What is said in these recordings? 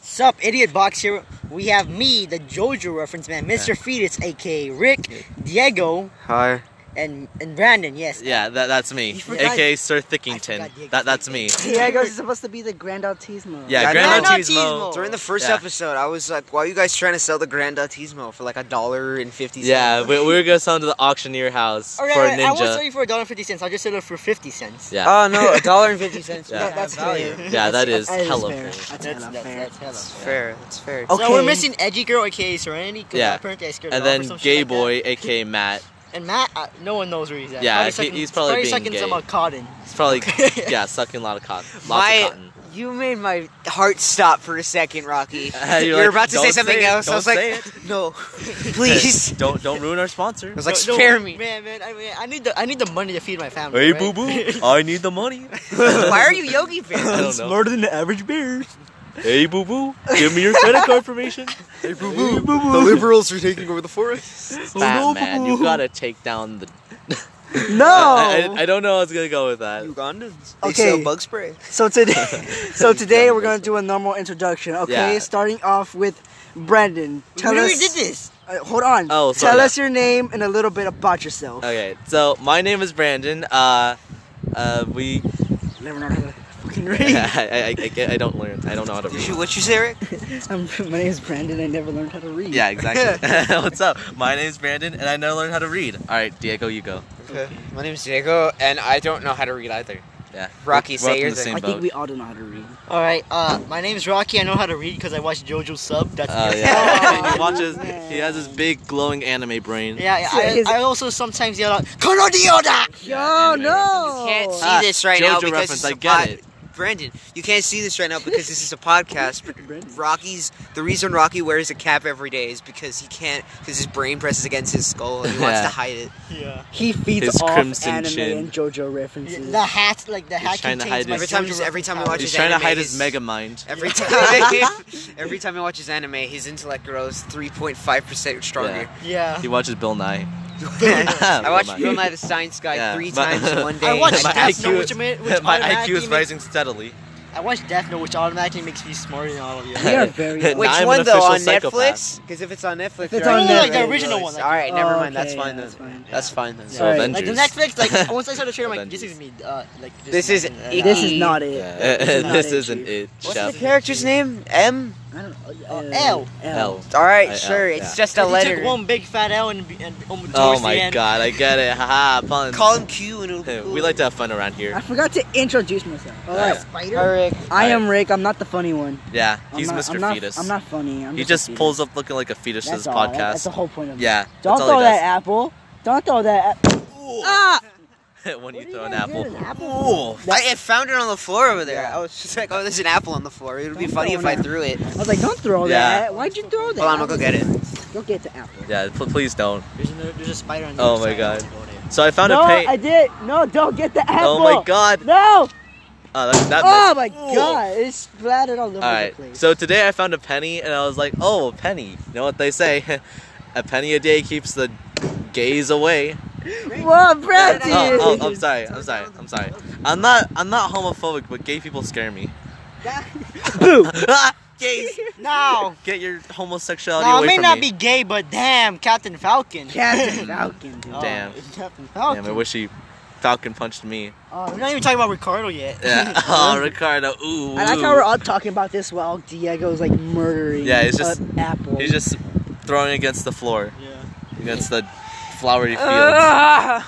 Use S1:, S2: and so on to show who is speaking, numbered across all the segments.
S1: Sup, Idiot Box here. We have me, the JoJo reference man, Mr. Fetus, aka Rick, Diego,
S2: Hi.
S1: and and Brandon. Yes.
S3: Yeah, that, that's me.
S1: You forgot-
S3: AKA Sir
S1: I
S3: Thickington.
S1: forgot the
S3: That, that's me.
S4: Diego's supposed to be the Grand Autismo.
S3: Yeah,
S2: Yeah, I
S3: Grand
S1: know.
S3: Autismo.
S1: Autismo.
S2: During the first
S3: Oh, Yeah.
S2: episode, I was like, "Why are you guys trying to sell the Grand Autismo for like a dollar and fifty cents?"
S3: Yeah, we, we were going to sell him to the auctioneer house
S1: Alright,
S3: for a
S1: alright, I won't
S3: ninja.
S1: sell you for a dollar fifty cents. I'll just sell it for fifty cents.
S3: yeah.
S2: Oh no, a dollar and fifty cents.
S3: Yeah.
S2: That-
S4: that's
S2: that's value.
S4: fair.
S3: yeah, that is
S4: that is
S3: hella fair.
S4: fair.
S1: that's
S4: That's hella
S1: that's,
S4: fair.
S1: that's hella
S2: It's
S1: fair.
S2: fair. It's fair.
S3: Oh.
S4: Okay.
S1: So we're missing Edgy Girl, aka Serenity, because
S3: Yeah.
S1: apparently I scared her
S3: And
S1: off or
S3: then
S1: some shit
S3: Gay
S1: like that.
S3: Boy, AKA Matt.
S1: And Matt, uh, no one knows where he's at.
S3: Yeah,
S1: Probably
S3: he- he's probably
S1: probably
S3: being
S1: sucking
S3: gay.
S1: some uh, cotton.
S3: It's probably, yeah, sucking a lot of cotton. Lots
S2: My-
S3: of cotton.
S2: You made my heart stop for a second, Rocky.
S3: Uh,
S2: you
S3: you're
S2: were
S3: like,
S2: about to say
S3: "Don't
S2: something
S3: say it,
S2: else. I
S3: don't
S2: was like,
S3: say
S2: "No, please." I
S3: Don't don't ruin our sponsor.
S2: was like, "Spare me."
S1: man, man. I mean, I need the I need the money to feed my family.
S3: Hey,
S1: right?
S3: boo boo, I need the money.
S2: Why are you Yogi
S3: I
S2: Bear?
S3: don't know. smarter than the average bear. Hey, boo boo, give me your credit card information.
S2: Hey, boo boo. The liberals are taking over the forest.
S3: Batman, you gotta take down the.
S1: Oh.
S3: Uh,
S4: No.
S3: I, I, I don't know how it's gonna go with that.
S2: Ugandans. They
S4: They
S2: okay. sell
S4: sell
S2: bug spray.
S4: so today, so today we're gonna do a normal introduction. Okay,
S3: Yeah.
S4: starting off with Brandon. Tell
S1: we already
S4: us.
S1: did this.
S4: uh, hold on.
S3: Oh, sorry. Uh,
S4: Tell us your name and a little bit about yourself.
S3: Okay, so my name is Brandon. Uh, uh, we.
S4: Never know how to fucking read.
S3: I, I, I, get- I don't learn. I don't know how to
S2: Did
S3: read.
S2: you, what you say, Rick?
S4: I'm, my name is Brandon. I never learned how to read.
S3: Yeah, exactly. What's up? My name is Brandon, and I never learned how to read. All right, Diego, you go.
S2: Okay. My name's Diego, and I don't know how to read either.
S3: Yeah.
S2: Rocky,
S3: We're-
S2: say
S3: we're up in
S2: your
S3: the
S2: thing.
S3: same
S4: I think
S3: boat.
S4: we all don't know how to read.
S1: All right. Uh, my name's Rocky. I know how to read because I watched JoJo Sub. That's
S3: Oh
S1: me.
S3: yeah. he
S4: Oh,
S3: watches.
S4: man.
S3: He has his big glowing anime brain.
S1: Yeah, yeah.
S4: Yeah,
S1: I,
S4: his-
S1: I also sometimes yell out, Koro Dioda!
S3: Yeah,
S4: Yo,
S3: anime
S4: no.
S2: You can't see
S3: Ah,
S2: this right now
S3: JoJo
S2: because
S3: reference,
S2: it's
S3: I
S2: a
S3: get
S2: pod-
S3: it.
S2: Brandon, you can't see this right now because this is a podcast.
S4: Brandon.
S2: But Rocky's the reason Rocky wears a cap every day is because he can't because his brain presses against his skull and he wants
S3: Yeah.
S2: to hide it.
S1: Yeah.
S4: He feeds
S3: His
S4: off
S3: crimson
S4: anime
S3: chin.
S4: and JoJo references.
S1: The hat, like the
S3: He's
S1: hat
S3: trying to
S1: contains
S3: hide
S1: my
S3: it.
S2: Every time-
S1: JoJo
S2: just every time I
S1: powers.
S2: watch
S3: He's
S2: his
S3: trying to
S2: anime
S3: hide
S2: is-
S3: his mega mind.
S2: Every time, every time he watches anime, his intellect grows three point five percent stronger.
S1: Yeah.
S3: He watches Bill Nye.
S2: I watched
S3: Bill
S2: Bill
S3: Nye.
S2: Nye the Science Guy
S3: Oh Yeah,
S2: three
S3: but-
S2: times in one day.
S1: I watched
S3: My
S1: Death Note,
S3: IQ
S1: which,
S3: is-
S1: ama- which
S3: My IQ
S1: automatically
S3: is rising steadily.
S1: Makes, I watched Death Note, which automatically makes me smarter than all of you.
S4: We are very.
S3: Wait,
S2: Which
S3: Now I'm an
S2: one though?
S3: official
S2: On
S3: psychopath.
S2: Netflix? Because if it's on Netflix,
S4: it's
S2: you're
S4: on
S2: right.
S4: No, no, no, like
S1: the original one, like-
S2: All right, never
S4: Oh,
S2: mind. That's
S4: okay,
S2: fine.
S4: that's
S2: then.
S4: fine.
S2: That's fine. then.
S4: Yeah.
S3: So
S4: Alright.
S1: Like
S3: Avengers.
S1: the Netflix, like once I saw the trailer, I'm like, this is
S3: Avengers.
S1: me. Uh, like just
S2: This is
S1: nothing, uh,
S2: icky.
S4: This is not it.
S3: Yeah. this
S4: it,
S3: isn't
S4: Chief.
S3: it.
S2: What's
S3: chef.
S2: the character's name? M.
S4: I don't know.
S1: Uh, L.
S3: L.
S2: All
S3: I-
S2: right,
S3: L,
S2: sure.
S3: yeah.
S2: It's just a
S1: Cause he
S2: letter.
S1: took one big fat L and, and, and towards
S3: Oh
S1: the
S3: my
S1: end,
S3: god, I get it. Haha, puns.
S2: Call him Q and it'll be
S3: Hey,
S2: cool.
S3: we like to have fun around here.
S4: I forgot to introduce myself. All right.
S1: Spider.
S2: All right.
S4: I am Rick. I'm not the funny one.
S3: Yeah,
S4: I'm
S3: he's
S4: not,
S3: mister
S4: I'm not,
S3: fetus.
S4: I'm not funny. I'm
S3: he
S4: a
S3: just
S4: fetus.
S3: pulls up looking like a fetus to
S4: That's
S3: this
S4: all.
S3: podcast.
S4: That- that's the whole point of it.
S3: yeah,
S4: Don't
S3: that's all
S4: throw
S3: he
S4: that
S3: does.
S4: apple. Don't throw that. Ap- ah!
S3: when
S4: What
S3: you
S4: do
S3: throw
S4: you
S3: an
S4: guys do
S3: apple.
S4: with an apple?
S3: Ooh.
S4: That-
S2: I, I found it on the floor over there.
S4: Yeah.
S2: I was just like, oh, there's an apple on the floor. It would be
S4: Don't
S2: funny
S4: throw
S2: if
S4: an
S2: I
S4: apple.
S2: threw it.
S4: I was like, don't throw
S3: Yeah.
S4: that. Why'd you throw that?
S2: Hold on, I'll go get it.
S4: Go get the apple.
S3: Yeah, pl- please don't.
S1: There's, another, there's a spider on the
S3: Oh
S1: other
S3: my
S1: side.
S3: God.
S1: Don't go there.
S3: So I found
S4: no,
S3: a paint.
S4: I did. No, don't get the apple.
S3: oh my god.
S4: No.
S3: Oh, that, that
S4: Oh my
S3: messed- Ooh.
S4: god. It splattered all over
S3: All
S4: the
S3: right.
S4: place.
S3: So today I found a penny, and I was like, "Oh, a penny." You know what they say? a penny a day keeps the gays away.
S4: Whoa, Brandon.
S3: Oh, oh, I'm sorry. I'm sorry. I'm sorry. I'm not. I'm not homophobic, but gay people scare me.
S4: Boo.
S3: Ah, gays,
S1: No.
S3: get your homosexuality
S1: No, I
S3: away
S1: may
S3: from
S1: not
S3: me.
S1: be gay, but damn, Captain Falcon.
S4: Captain Falcon, dude.
S1: Oh,
S3: Damn.
S1: Captain Falcon.
S3: Damn, I wish he Falcon punched me.
S4: Oh,
S1: We're not even talking about Ricardo yet.
S3: Yeah. oh, Ricardo. Ooh.
S4: I like
S3: ooh.
S4: how we're all talking about this while Diego's like murdering.
S3: Yeah, it's just-
S4: an apple.
S3: He's just throwing against the floor,
S1: Yeah.
S3: against the flowery fields.
S2: Ah!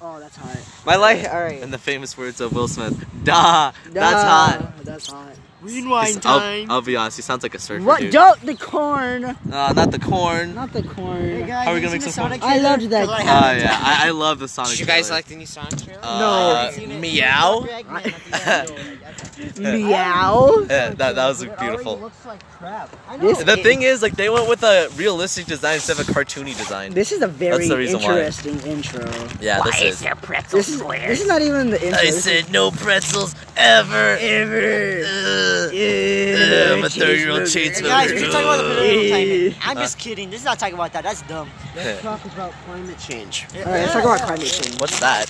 S4: Oh, that's hot.
S2: My life. All right.
S3: In the famous words of Will Smith, "Da, that's
S4: Nah,
S3: hot."
S4: That's hot.
S1: Rewind
S3: He's- I'll-
S1: time.
S3: I'll, be honest, he sounds like a surfer
S4: What?
S3: dude.
S4: Don't the corn.
S3: Uh, not the corn.
S4: Not the
S1: Hey,
S4: corn.
S1: guys,
S3: How are we
S1: you
S3: gonna make
S1: seen
S3: some
S1: the Sonic
S4: fun? I
S1: trailer?
S4: loved that.
S1: 'Cause I
S3: Oh
S1: haven't.
S3: yeah, I, I love the Sonic.
S2: Did you guys
S3: trailer.
S2: like the new Sonic trailer?
S3: Uh,
S1: I
S4: No.
S1: haven't seen it.
S3: meow.
S4: Meow.
S3: Yeah, that, that was beautiful.
S1: looks like crap. I know.
S4: This-
S3: The thing is, like, they went with a realistic design instead of a cartoony design.
S4: This is a very
S3: That's the reason why.
S4: interesting intro.
S3: yeah, this is.
S4: This is, this is not even the intro.
S3: I
S4: This is-
S3: said no pretzels ever. Uh, Ever. I'm a thirty-year-old
S1: Hey,
S3: cheeseburger.
S1: guys, we're talking about the political
S4: Hey.
S1: climate. I'm just kidding. This is not talking about that. That's dumb.
S4: Let's talk about climate change.
S1: Yeah.
S4: All right, let's talk about climate change.
S3: What's that?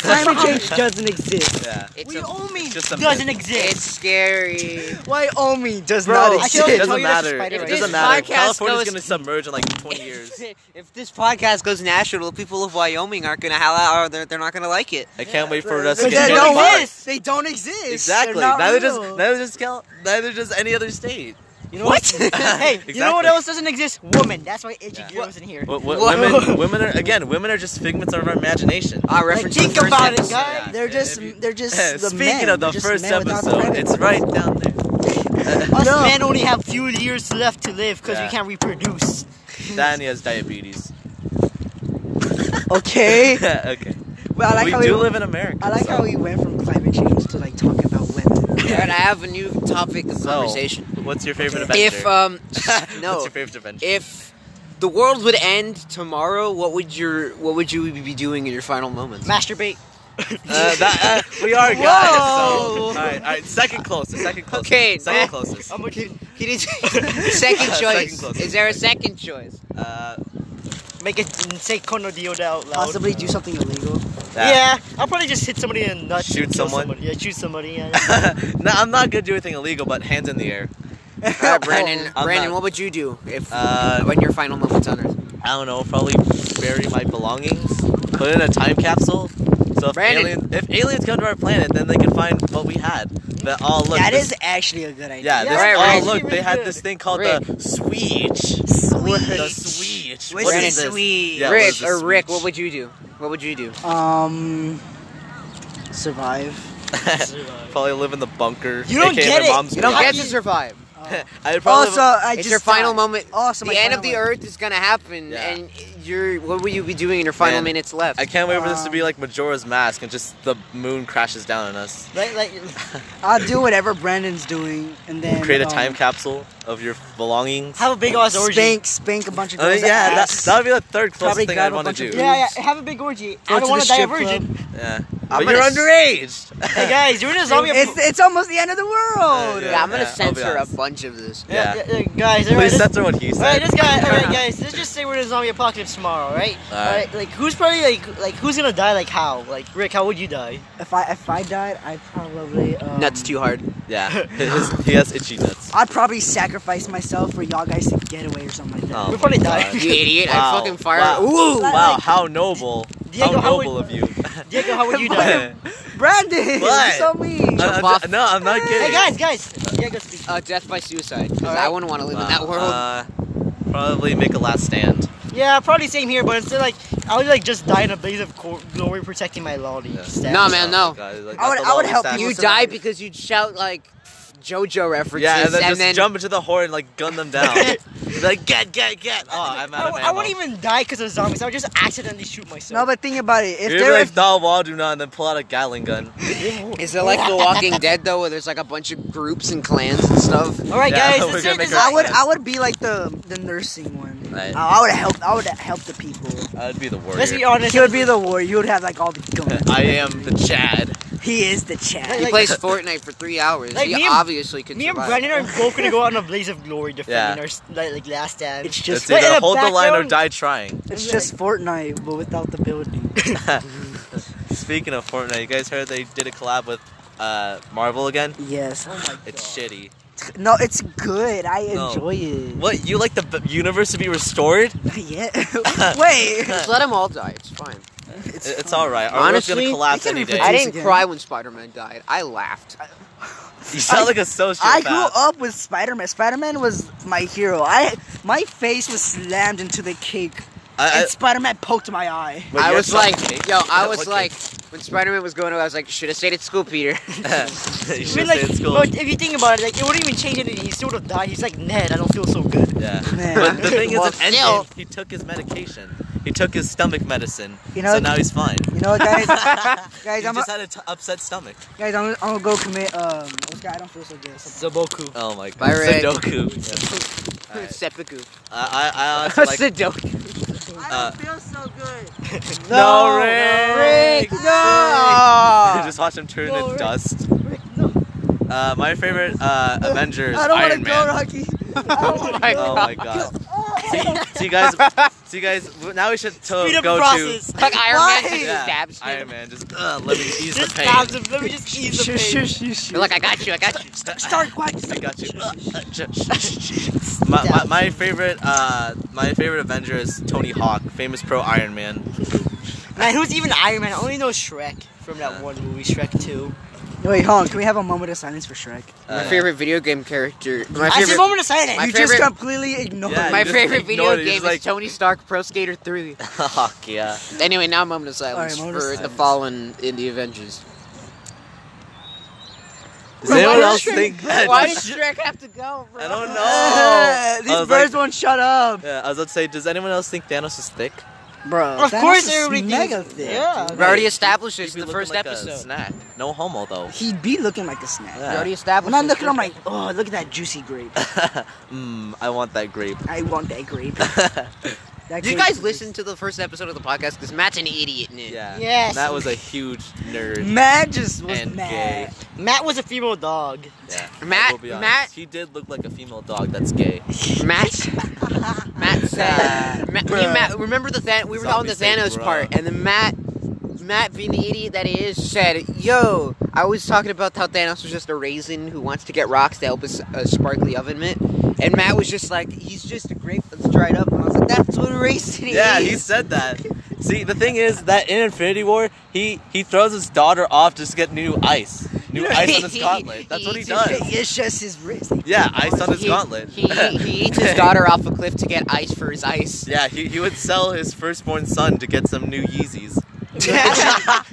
S4: Climate change doesn't exist.
S3: Yeah.
S2: It's a-
S1: Wyoming
S3: just a
S1: doesn't
S3: myth.
S2: it's
S1: exist.
S2: scary.
S4: Wyoming does
S3: Bro,
S4: not
S3: I
S1: feel
S4: exist.
S1: like
S3: It
S1: tell
S3: doesn't
S1: you that's a
S3: matter.
S1: spider
S3: It
S1: right
S3: doesn't
S1: now.
S3: matter.
S2: Podcast
S3: California's
S2: goes-
S3: gonna submerge in like 20 years.
S2: if this podcast goes national, people of Wyoming aren't gonna holla, or they're, they're not gonna like it.
S3: I can't wait for
S4: But
S3: us
S4: they
S3: to get
S1: they
S3: more
S1: don't
S4: don't
S3: fun.
S1: exist.
S4: exist. They don't exist. They're
S3: Exactly.
S4: not
S3: Neither does
S4: real.
S3: neither does Cal- neither does any other state.
S1: You know what? hey, you know what
S3: Exactly.
S1: else doesn't exist? Woman. That's why itchy
S3: Yeah.
S1: girls in here.
S3: What, what,
S2: Whoa.
S3: women, women are again. Women are just figments of our imagination.
S2: I
S1: Like,
S2: Uh, reference
S1: think
S2: the first
S1: about it,
S2: episode.
S1: guys.
S4: They're
S3: If
S4: just
S3: you-
S4: they're just the
S3: Speaking
S4: men.
S3: of the
S4: They're just
S3: first
S4: men without
S3: episode,
S4: credit.
S3: it's right down there.
S1: Us
S4: No.
S1: men only have few years left to live because
S3: Yeah.
S1: we can't reproduce.
S3: Danny has diabetes.
S4: okay.
S3: okay.
S4: Well, I like
S3: we
S4: how
S3: do
S4: we,
S3: live in America.
S4: I like
S3: so.
S4: how we went from climate change to like talking about
S3: Oh,
S4: women.
S2: All right, I have a new topic of
S3: So,
S2: conversation.
S3: What's your favorite adventure?
S2: If um,
S3: What's
S2: no,
S3: your favorite adventure?
S2: if the world would end tomorrow, what would your what would you be doing in your final moments?
S1: Masturbate.
S3: Uh, that, uh, we are guys. So.
S1: Whoa!
S3: All right, all right. Second closest. Second closest.
S2: Okay,
S3: Second
S2: man.
S3: closest.
S1: I'm gonna
S2: He did second
S3: Yeah,
S2: choice.
S3: second closest.
S2: Is there a second choice?
S3: Uh,
S1: make it mm, say Kono Dioda out loud.
S4: Possibly do something illegal.
S3: that.
S1: Yeah, I'll probably just hit somebody in the nuts.
S3: Shoot
S1: and kill
S3: someone?
S1: somebody. Yeah, shoot somebody. Yeah.
S3: no, I'm not gonna do anything illegal, but hands in the air.
S2: All right, Brandon,
S3: I'm
S2: Brandon,
S3: not-
S2: what would you do if
S3: Uh,
S2: when your final moments on Earth?
S3: I don't know, probably bury my belongings, put in a time capsule. So if,
S2: Brandon.
S3: alien, if aliens come to our planet, then they can find what we had. But oh look,
S4: That
S3: this-
S4: is actually a good idea.
S3: yeah. This,
S2: Right,
S3: oh
S2: right.
S3: look,
S1: Really
S3: they had
S1: good.
S3: this thing called the Switch. The Switch. What
S2: Brandon,
S3: is this?
S4: sweet?
S3: Yeah, what is
S2: Rich
S3: this
S2: or Rick,
S3: Switch?
S2: what would you do? What would you do?
S4: Um, survive.
S3: probably live in the bunker.
S1: You don't
S3: aka
S1: get
S3: my
S1: it.
S3: mom's
S1: You
S2: You don't
S1: How
S3: room.
S2: get
S1: do
S2: to
S1: you-
S2: survive.
S3: I'd probably
S4: Also, I
S2: it's
S4: just
S2: your final
S4: died.
S2: moment.
S4: Also, my
S2: the end
S4: final
S2: of the
S4: moment.
S2: Earth is gonna happen,
S3: Yeah.
S2: and you're. What will you be doing in your final
S3: Man,
S2: minutes left?
S3: I can't wait for this to be
S4: Um,
S3: like Majora's Mask and just the moon crashes down on us.
S1: like, like,
S4: I'll do whatever Brandon's doing, and then
S3: Create a
S4: um,
S3: time capsule of your belongings.
S1: have a big ass orgy.
S4: Spank, spank a bunch of
S3: I
S4: girls.
S3: mean, Oh, yeah, that,
S4: ass.
S3: that would be the third closest
S4: Probably
S3: thing I'd
S4: grab a
S3: want to
S4: bunch of
S3: do.
S4: dudes.
S1: Yeah, yeah, have a big orgy.
S4: Go
S1: I
S4: to
S1: don't want
S4: the
S1: to die a
S4: strip
S1: virgin.
S3: Yeah.
S2: I'm
S3: But
S2: gonna
S3: you're
S2: s-
S3: underage.
S1: hey guys, you're in a zombie.
S4: it's it's almost the end of the world.
S2: yeah, I'm
S3: yeah, I'll
S2: gonna
S3: be
S2: censor a
S3: honest.
S2: bunch of this.
S1: yeah,
S3: Yeah.
S1: yeah, yeah, guys. all right,
S3: Please
S1: let's-
S3: censor what he said.
S1: Alright, this guy. Alright, guys. Let's just say we're in a zombie apocalypse tomorrow, right?
S3: Alright.
S1: Alright. Like, who's probably like, like, who's gonna die? Like, how? Like, Rick, how would you die?
S4: If I if I died, I'd probably um,
S2: Nuts too hard.
S3: Yeah, his, he has itchy nuts.
S4: I'd probably sacrifice myself for y'all guys to get away or something like that.
S3: Oh
S1: We'd probably
S3: my
S1: die.
S3: God.
S2: You idiot! I
S3: Wow.
S2: fucking fired.
S3: Wow.
S2: Ooh.
S3: Wow, how noble.
S1: Diego,
S3: how
S1: how would-
S3: noble of you.
S1: Diego, how would you die?
S3: Oh.
S4: Brandon,
S3: What?
S4: you're so mean.
S2: Uh,
S3: I'm- I'm
S2: off.
S3: ju- no, I'm not kidding.
S1: hey guys, guys. Diego, speak.
S2: Uh, death by suicide. 'cause
S1: Alright.
S2: I wouldn't want to live in that
S3: Wow,
S2: world.
S3: uh, probably make a last stand.
S1: Yeah, probably same here, but instead, like, I would like just die in a blaze of cor- glory, protecting my lolly.
S3: Yeah.
S1: Stab.
S2: Nah, man. no.
S4: I would- I would help
S2: you
S4: you
S2: die
S4: survive.
S2: because you'd shout like JoJo references,
S3: Yeah, and then just jump into the horde and like gun them down. like get, get, get. Oh, I'm
S1: I,
S3: out of ammo.
S1: I wouldn't even die because of zombies. I would just accidentally shoot myself.
S4: No, but think about it. If
S3: You're
S4: there,
S3: like
S4: if,
S3: thou wall do not, and then pull out a Gatling gun.
S2: Is it like The Walking Dead though, where there's like a bunch of groups and clans and stuff?
S1: All right,
S3: Yeah,
S1: guys.
S3: we're
S1: Let's
S3: gonna
S1: do
S3: make
S1: this.
S3: our-
S4: I would, I would be like the the nursing one.
S3: Right.
S4: I, I would help. I would help the people.
S3: I'd be the warrior.
S1: Let's oh. be honest.
S4: He would be the war. You would have like all the guns.
S3: I am the Chad.
S4: He is the Chad.
S2: He
S1: Like- uh,
S2: plays Fortnite for three hours.
S1: Like,
S2: he
S1: me and-
S2: obviously could
S1: Me and
S2: survive.
S1: Brandon are both gonna go out in a blaze of glory defending
S3: Yeah.
S1: our s- like, like last stand.
S4: It's
S3: It's
S4: just,
S1: Wait, in
S3: either
S1: the
S3: hold the line or
S1: background?
S3: die trying.
S4: it's just Fortnite, but without the building.
S3: Speaking of Fortnite, you guys heard they did a collab with uh, Marvel again?
S4: Yes.
S1: Oh my
S3: It's
S1: God.
S3: shitty.
S4: No, it's good. I
S3: No.
S4: enjoy it.
S3: What? You like the b- universe to be restored?
S4: Yeah. Wait.
S2: Just let them all die. It's fine.
S3: It's, it's all right. Our world's
S2: Honestly,
S3: gonna collapse
S4: it can
S3: any
S4: be
S3: day.
S2: I
S4: Once
S2: didn't
S4: again.
S2: cry when Spider-Man died. I laughed.
S3: you sound like a sociopath.
S4: I grew up with Spider Man. Spider Man was my hero. I my face was slammed into the cake,
S3: I- I-
S4: and Spider Man poked my eye.
S3: Wait,
S2: I
S3: you
S2: was
S3: had
S2: like,
S3: chocolate cake?
S2: yo, I
S3: Yeah,
S2: was
S3: what
S2: like,
S3: cake?
S2: when Spider-Man was going, away, I was like, should have stayed at school, Peter.
S3: you
S1: I
S3: should
S1: mean,
S3: like,
S1: like,
S3: stay in school.
S1: but if you think about it, like, it wouldn't even change anything. He sort of died. He's like Ned. I don't feel so good.
S3: yeah.
S4: Man.
S3: But the thing is,
S2: Well,
S3: it ended.
S2: still-
S3: He took his medication. He took his stomach medicine.
S4: You know-
S3: so now he's fine.
S4: You know what, guys? guys,
S3: He
S4: I'm a,
S3: just had an upset stomach.
S4: guys, I'm, I'm gonna go commit. Um, what's that? I don't feel so good.
S1: Zaboku.
S3: Oh my god.
S2: Bye, Rick.
S3: Sudoku. Yeah. Alright.
S2: Seppuku.
S3: I, I, I honestly like.
S2: Sudoku.
S3: Uh,
S4: feel so good.
S3: No,
S1: No,
S3: Rick!
S1: Rick,
S3: You
S4: Ah,
S3: just watch him turn
S1: No,
S3: to
S1: Rick.
S3: dust.
S1: Rick, no.
S3: Uh, my favorite uh, Avenger is
S4: Oh I don't want
S3: Iron
S4: to
S3: Man.
S4: go, Rocky.
S2: Oh my
S3: oh
S2: god.
S3: my god. see, see you guys. See you guys. Now we should to,
S1: Speed up
S3: go
S1: process.
S2: Like Iron Man just
S4: Why?
S2: stabs
S3: to.
S2: you.
S3: Iron Man, just uh, let me ease the
S1: Just
S3: pain.
S1: stabs him. Let me just ease the
S4: Shoo,
S1: pain.
S4: shoo, shoo, shoo.
S2: You're like, I got you, I got you.
S4: Start quiet.
S3: I got you. Uh, uh, sh- sh- sh- sh- my, my, my favorite, uh, my favorite Avenger is Tony Hawk, famous pro Iron Man.
S1: Man, who's even Iron Man? I only know Shrek from that one movie, Shrek 2.
S4: Wait, hold on. Can we have a moment of silence for Shrek?
S2: My
S3: Uh,
S2: favorite video game character. My
S1: I said
S2: favorite.
S1: moment of silence.
S2: My
S4: you
S2: favorite-
S4: just completely ignored
S3: Yeah,
S2: My
S3: you just
S2: favorite video
S3: ignored it. It's
S2: game
S3: like-
S2: is Tony Stark Pro Skater 3.
S3: Hawk, yeah.
S2: Anyway, now moment of silence
S4: Alright, moment of
S2: for the
S4: silence.
S2: fallen in the Avengers.
S3: Does anyone
S2: did
S3: else
S2: Shrek-
S3: think?
S2: Why does Shrek have to go, bro?
S3: I don't know.
S4: Uh, these
S3: Oh, I was
S4: birds won't shut up.
S3: Yeah, I was about to say, does anyone else think Thanos is thick?
S4: Bro,
S1: Of
S4: Thanos
S1: course
S4: is
S1: everybody thinks-
S4: mega thick.
S1: yeah.
S4: dude.
S2: We already
S3: Right.
S2: established
S3: He'd
S2: this
S3: be
S2: in the
S3: looking
S2: first
S3: like a
S2: episode.
S3: snack. No homo though.
S4: He'd be looking like a snack.
S2: We
S3: Yeah.
S2: already
S4: When
S2: established
S4: I
S2: this
S4: look at
S2: in
S4: him
S2: the
S4: like, oh, look at that juicy grape.
S3: Mmm, I want that grape.
S4: I want that grape. That
S2: Do you
S4: grape
S2: guys
S4: is-
S2: listen to the first episode of the podcast? Because Matt's an idiot in it.
S3: Yeah.
S1: Yes.
S3: That was a huch nerd.
S4: Matt just was
S3: And
S4: mad.
S1: Matt was a female dog.
S3: Yeah.
S2: Matt-
S3: I will be honest.
S2: Matt-
S3: He did look like a female dog that's gay.
S2: Matt, Matt said, Matt,
S4: Bruh.
S2: Matt, remember the Than- we were on the
S3: Zombie said,
S2: Thanos
S3: "Bruh."
S2: part, and then Matt, Matt being the idiot that he is, said, "Yo, I was talking about how Thanos was just a raisin who wants to get rocks to help his uh, sparkly oven mitt," and Matt was just like, "He's just a grape that's dried up," and I was like, "That's what a raisin
S3: Yeah,
S2: is."
S3: he said that. See, the thing is that in Infinity War, he he throws his daughter off just to get new ice, new ice on his gauntlet. That's what he does.
S4: It's just his wrist.
S3: Yeah, ice on his
S2: He-
S3: gauntlet.
S2: He, he eats his daughter off a cliff to get ice for his ice.
S3: Yeah, he, he would sell his firstborn son to get some new Yeezys.
S4: The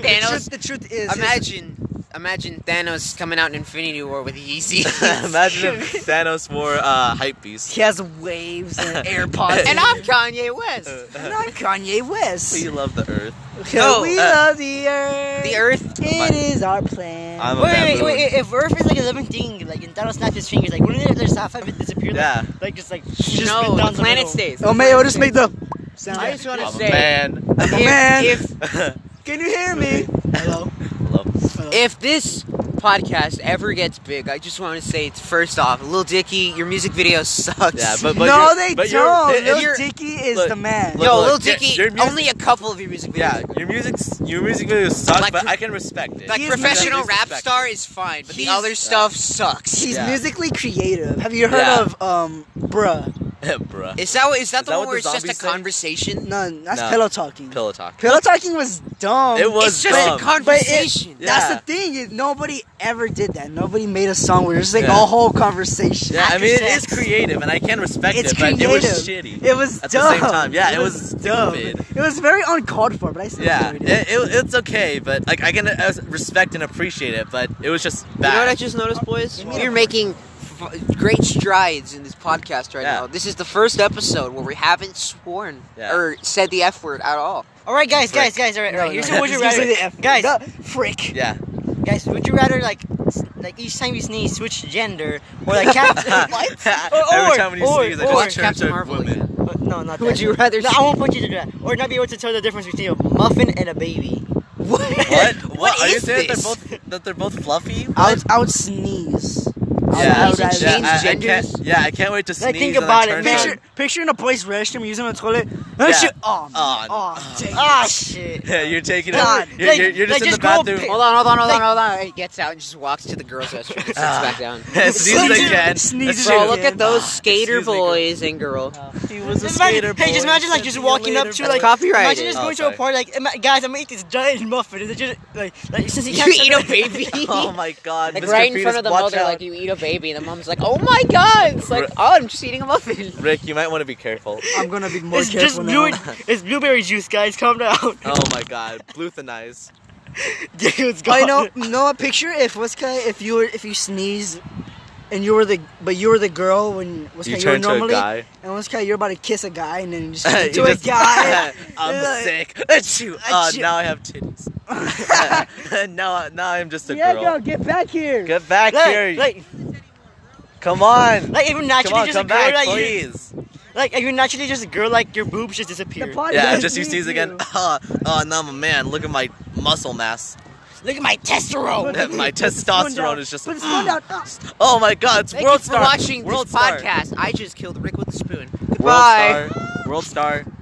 S2: Thanos
S4: truth, the truth is, his-
S2: Imagine, imagine Thanos coming out in Infinity War with Yeezy.
S3: Imagine if Thanos wore uh, hype beast.
S4: he has waves and AirPods.
S2: and I'm Kanye West.
S4: and I'm Kanye West.
S3: We love the Earth.
S2: no,
S4: we
S3: uh,
S4: love the earth.
S2: the Earth.
S4: It is our plan.
S3: I'm a
S1: Wait, wait,
S3: baboon.
S1: wait, if Earth is like a living thing, like, and Thanos snaps his fingers, like, wouldn't it just half of it disappear? Like,
S3: Yeah.
S1: Like, just like,
S2: Just
S1: just
S2: no,
S1: down
S2: the planet
S1: middle?
S2: stays.
S4: oh, man, I'll just make the sound.
S2: I just want to
S3: I'm a
S2: say,
S3: man.
S2: if,
S4: man.
S2: if
S4: Can you hear me? Hello.
S3: Hello.
S2: if this podcast ever gets big, I just want to say, it's first off, Lil Dicky, your music video sucks.
S3: Yeah, but, but
S4: no,
S3: you're-
S4: they
S3: but you're-
S4: don't.
S3: it- it-
S4: Lil
S2: you're-
S4: Dicky is
S3: look,
S4: the man.
S3: look,
S2: Yo, Lil
S3: your-
S2: Dicky,
S3: your music-
S2: only a couple of your music videos.
S3: Yeah, your music's your music video sucks,
S2: Like
S3: but
S2: pro-
S3: I can respect it.
S2: Like
S4: He is
S2: professional
S3: music-
S2: rap
S3: respect.
S2: star is fine, but the
S4: He's-
S2: other stuff sucks.
S4: He's
S3: Yeah.
S4: musically creative. Have you heard
S3: Yeah.
S4: of um, bruh?
S3: Bruh.
S2: Is that what- is that the
S3: that
S2: one
S3: what
S2: where
S3: the
S2: it's just a
S3: zombies say?
S2: conversation?
S4: None. That's
S3: No.
S4: pillow talking.
S3: Pillow talk.
S4: Pillow talking was dumb.
S3: It was
S2: It's just
S3: dumb.
S2: a conversation.
S3: Yeah.
S4: That's the thing. Is nobody ever did that. Nobody made a song where it's like
S3: Yeah.
S4: a whole conversation.
S3: Yeah, I mean it is
S1: sex.
S3: creative, and I can respect
S4: It's
S3: it, but it was
S4: creative.
S3: shitty.
S4: It was
S3: At the
S4: dumb.
S3: same time, yeah, it was
S4: dumb.
S3: stupid.
S4: It was very uncalled for, but I still
S3: yeah, it,
S4: enjoyed it.
S3: it, it's okay, but like I can uh, respect and appreciate it, but it was just bad.
S2: You know what I just noticed, boys?
S1: Give me
S2: We're
S1: that.
S2: making f- great strides in this podcast right
S3: Yeah.
S2: now. This is the first episode where we haven't sworn
S3: Yeah.
S2: or said the f word at all.
S1: Alright, guys, guys, guys, alright, alright. Here's
S4: no,
S1: what would you
S4: just say
S1: rather.
S4: the F-
S1: Guys,
S4: no, frick.
S3: yeah,
S1: guys, would you rather, like, s- like each time you sneeze, switch gender, or like Captain. Or-
S3: every time when you
S1: or-
S3: see it, I
S1: or-
S3: just turn
S2: Captain
S3: to a
S2: Marvel
S3: woman.
S2: again.
S1: Uh, no, not
S2: Would
S1: that.
S2: you rather
S1: No,
S2: see-
S1: I won't put you to that. Or not be able to tell the difference between a muffin and a baby.
S2: What?
S3: What? What?
S2: What
S3: Are you
S2: is
S3: saying that
S2: this?
S3: they're both that they're both fluffy?
S4: I would, I would sneeze. I would- I would
S2: Yeah,
S4: either-
S2: change
S3: I- I can't-
S2: genders?
S3: yeah, I can't wait to sneeze.
S1: Like, think
S3: and then
S1: about it,
S3: turn
S1: man.
S4: Picture,
S3: around.
S4: picture in a boys' restroom using a toilet. Oh,
S3: Yeah.
S4: shit. Oh,
S3: Oh,
S4: man. oh, dang.
S1: Ah, shit.
S3: Yeah, you're taking it.
S1: God,
S3: You're,
S1: like-
S3: you're, you're just
S1: like,
S3: in
S1: just
S3: the
S1: go
S3: bathroom.
S1: pick-
S2: Hold on, hold on, hold
S1: Like-
S2: on, hold on. He gets out and just walks to the girls' restroom and sits back down.
S3: Yes, sneeze
S4: Sneeze
S3: again.
S4: it. Sneeze
S3: That's
S4: it.
S2: Bro,
S3: true.
S2: look at those skater
S3: excuse me, girl.
S2: boys and girl.
S3: He was a
S1: Just
S3: skater
S1: imagine, hey, just
S3: boy.
S1: imagine like just
S3: See you
S1: walking up
S3: later,
S1: to
S3: bro.
S1: like
S2: Copyrighted.
S1: Imagine just
S3: Oh,
S1: going to
S3: sorry.
S1: a party like, "Ima- guys, I'm gonna eat this giant muffin. And they just like, like since he
S2: You
S1: can't say
S2: eat a
S1: that-
S2: baby?
S3: Oh my god.
S2: Like
S3: Mr.
S2: right in
S3: Fetus,
S2: front of the
S3: watch
S2: mother,
S3: out.
S2: like you eat a baby, and the mom's like, "Oh my god!" It's like,
S3: Right.
S2: "Oh, I'm just eating a muffin."
S3: Rick, you might want to be careful.
S4: I'm gonna be more
S1: It's just
S4: careful
S1: blue.
S4: now.
S1: It's blueberry juice, guys. Calm down.
S3: Oh my god. Bluthanized.
S1: Diego's gone.
S4: I know. No, picture if Wiska, if you were, if you sneeze, and you were the, but you were the girl when Wiska,
S3: You
S4: you were
S3: turn to a
S4: normally,
S3: guy.
S4: and Wiska, you're about to kiss a guy, and then you just
S3: You
S4: turn to a
S3: just-
S4: guy. Uh,
S3: I'm
S4: Like-
S3: sick. Achoo. Oh,
S4: Achoo.
S3: now I have titties. now, now I'm just a
S4: yeah,
S3: girl.
S4: go get back here.
S3: Get back here.
S1: Like, like,
S3: come on.
S1: like, if you're
S3: come
S1: naturally
S3: on,
S1: just a
S3: come
S1: girl,
S3: back,
S1: like, you,
S3: please.
S1: like, if you're naturally just a girl, like, your boobs just
S4: The
S1: disappear.
S4: podcast
S3: Yeah, just you
S4: needs
S3: sneeze
S4: you.
S3: again. Oh, oh, now I'm a man. Look at my muscle mass.
S1: Look at my testosterone.
S4: But-
S3: My
S4: Spoon
S3: testosterone
S4: down.
S3: is just.
S4: Put the spoon down. Ah.
S3: Oh my god, it's
S2: Thank
S3: world
S2: you for
S3: star.
S2: watching
S3: world
S2: this
S3: star.
S2: podcast. I just killed Rick with a spoon.
S3: World
S2: Goodbye. Bye.
S3: star. World star.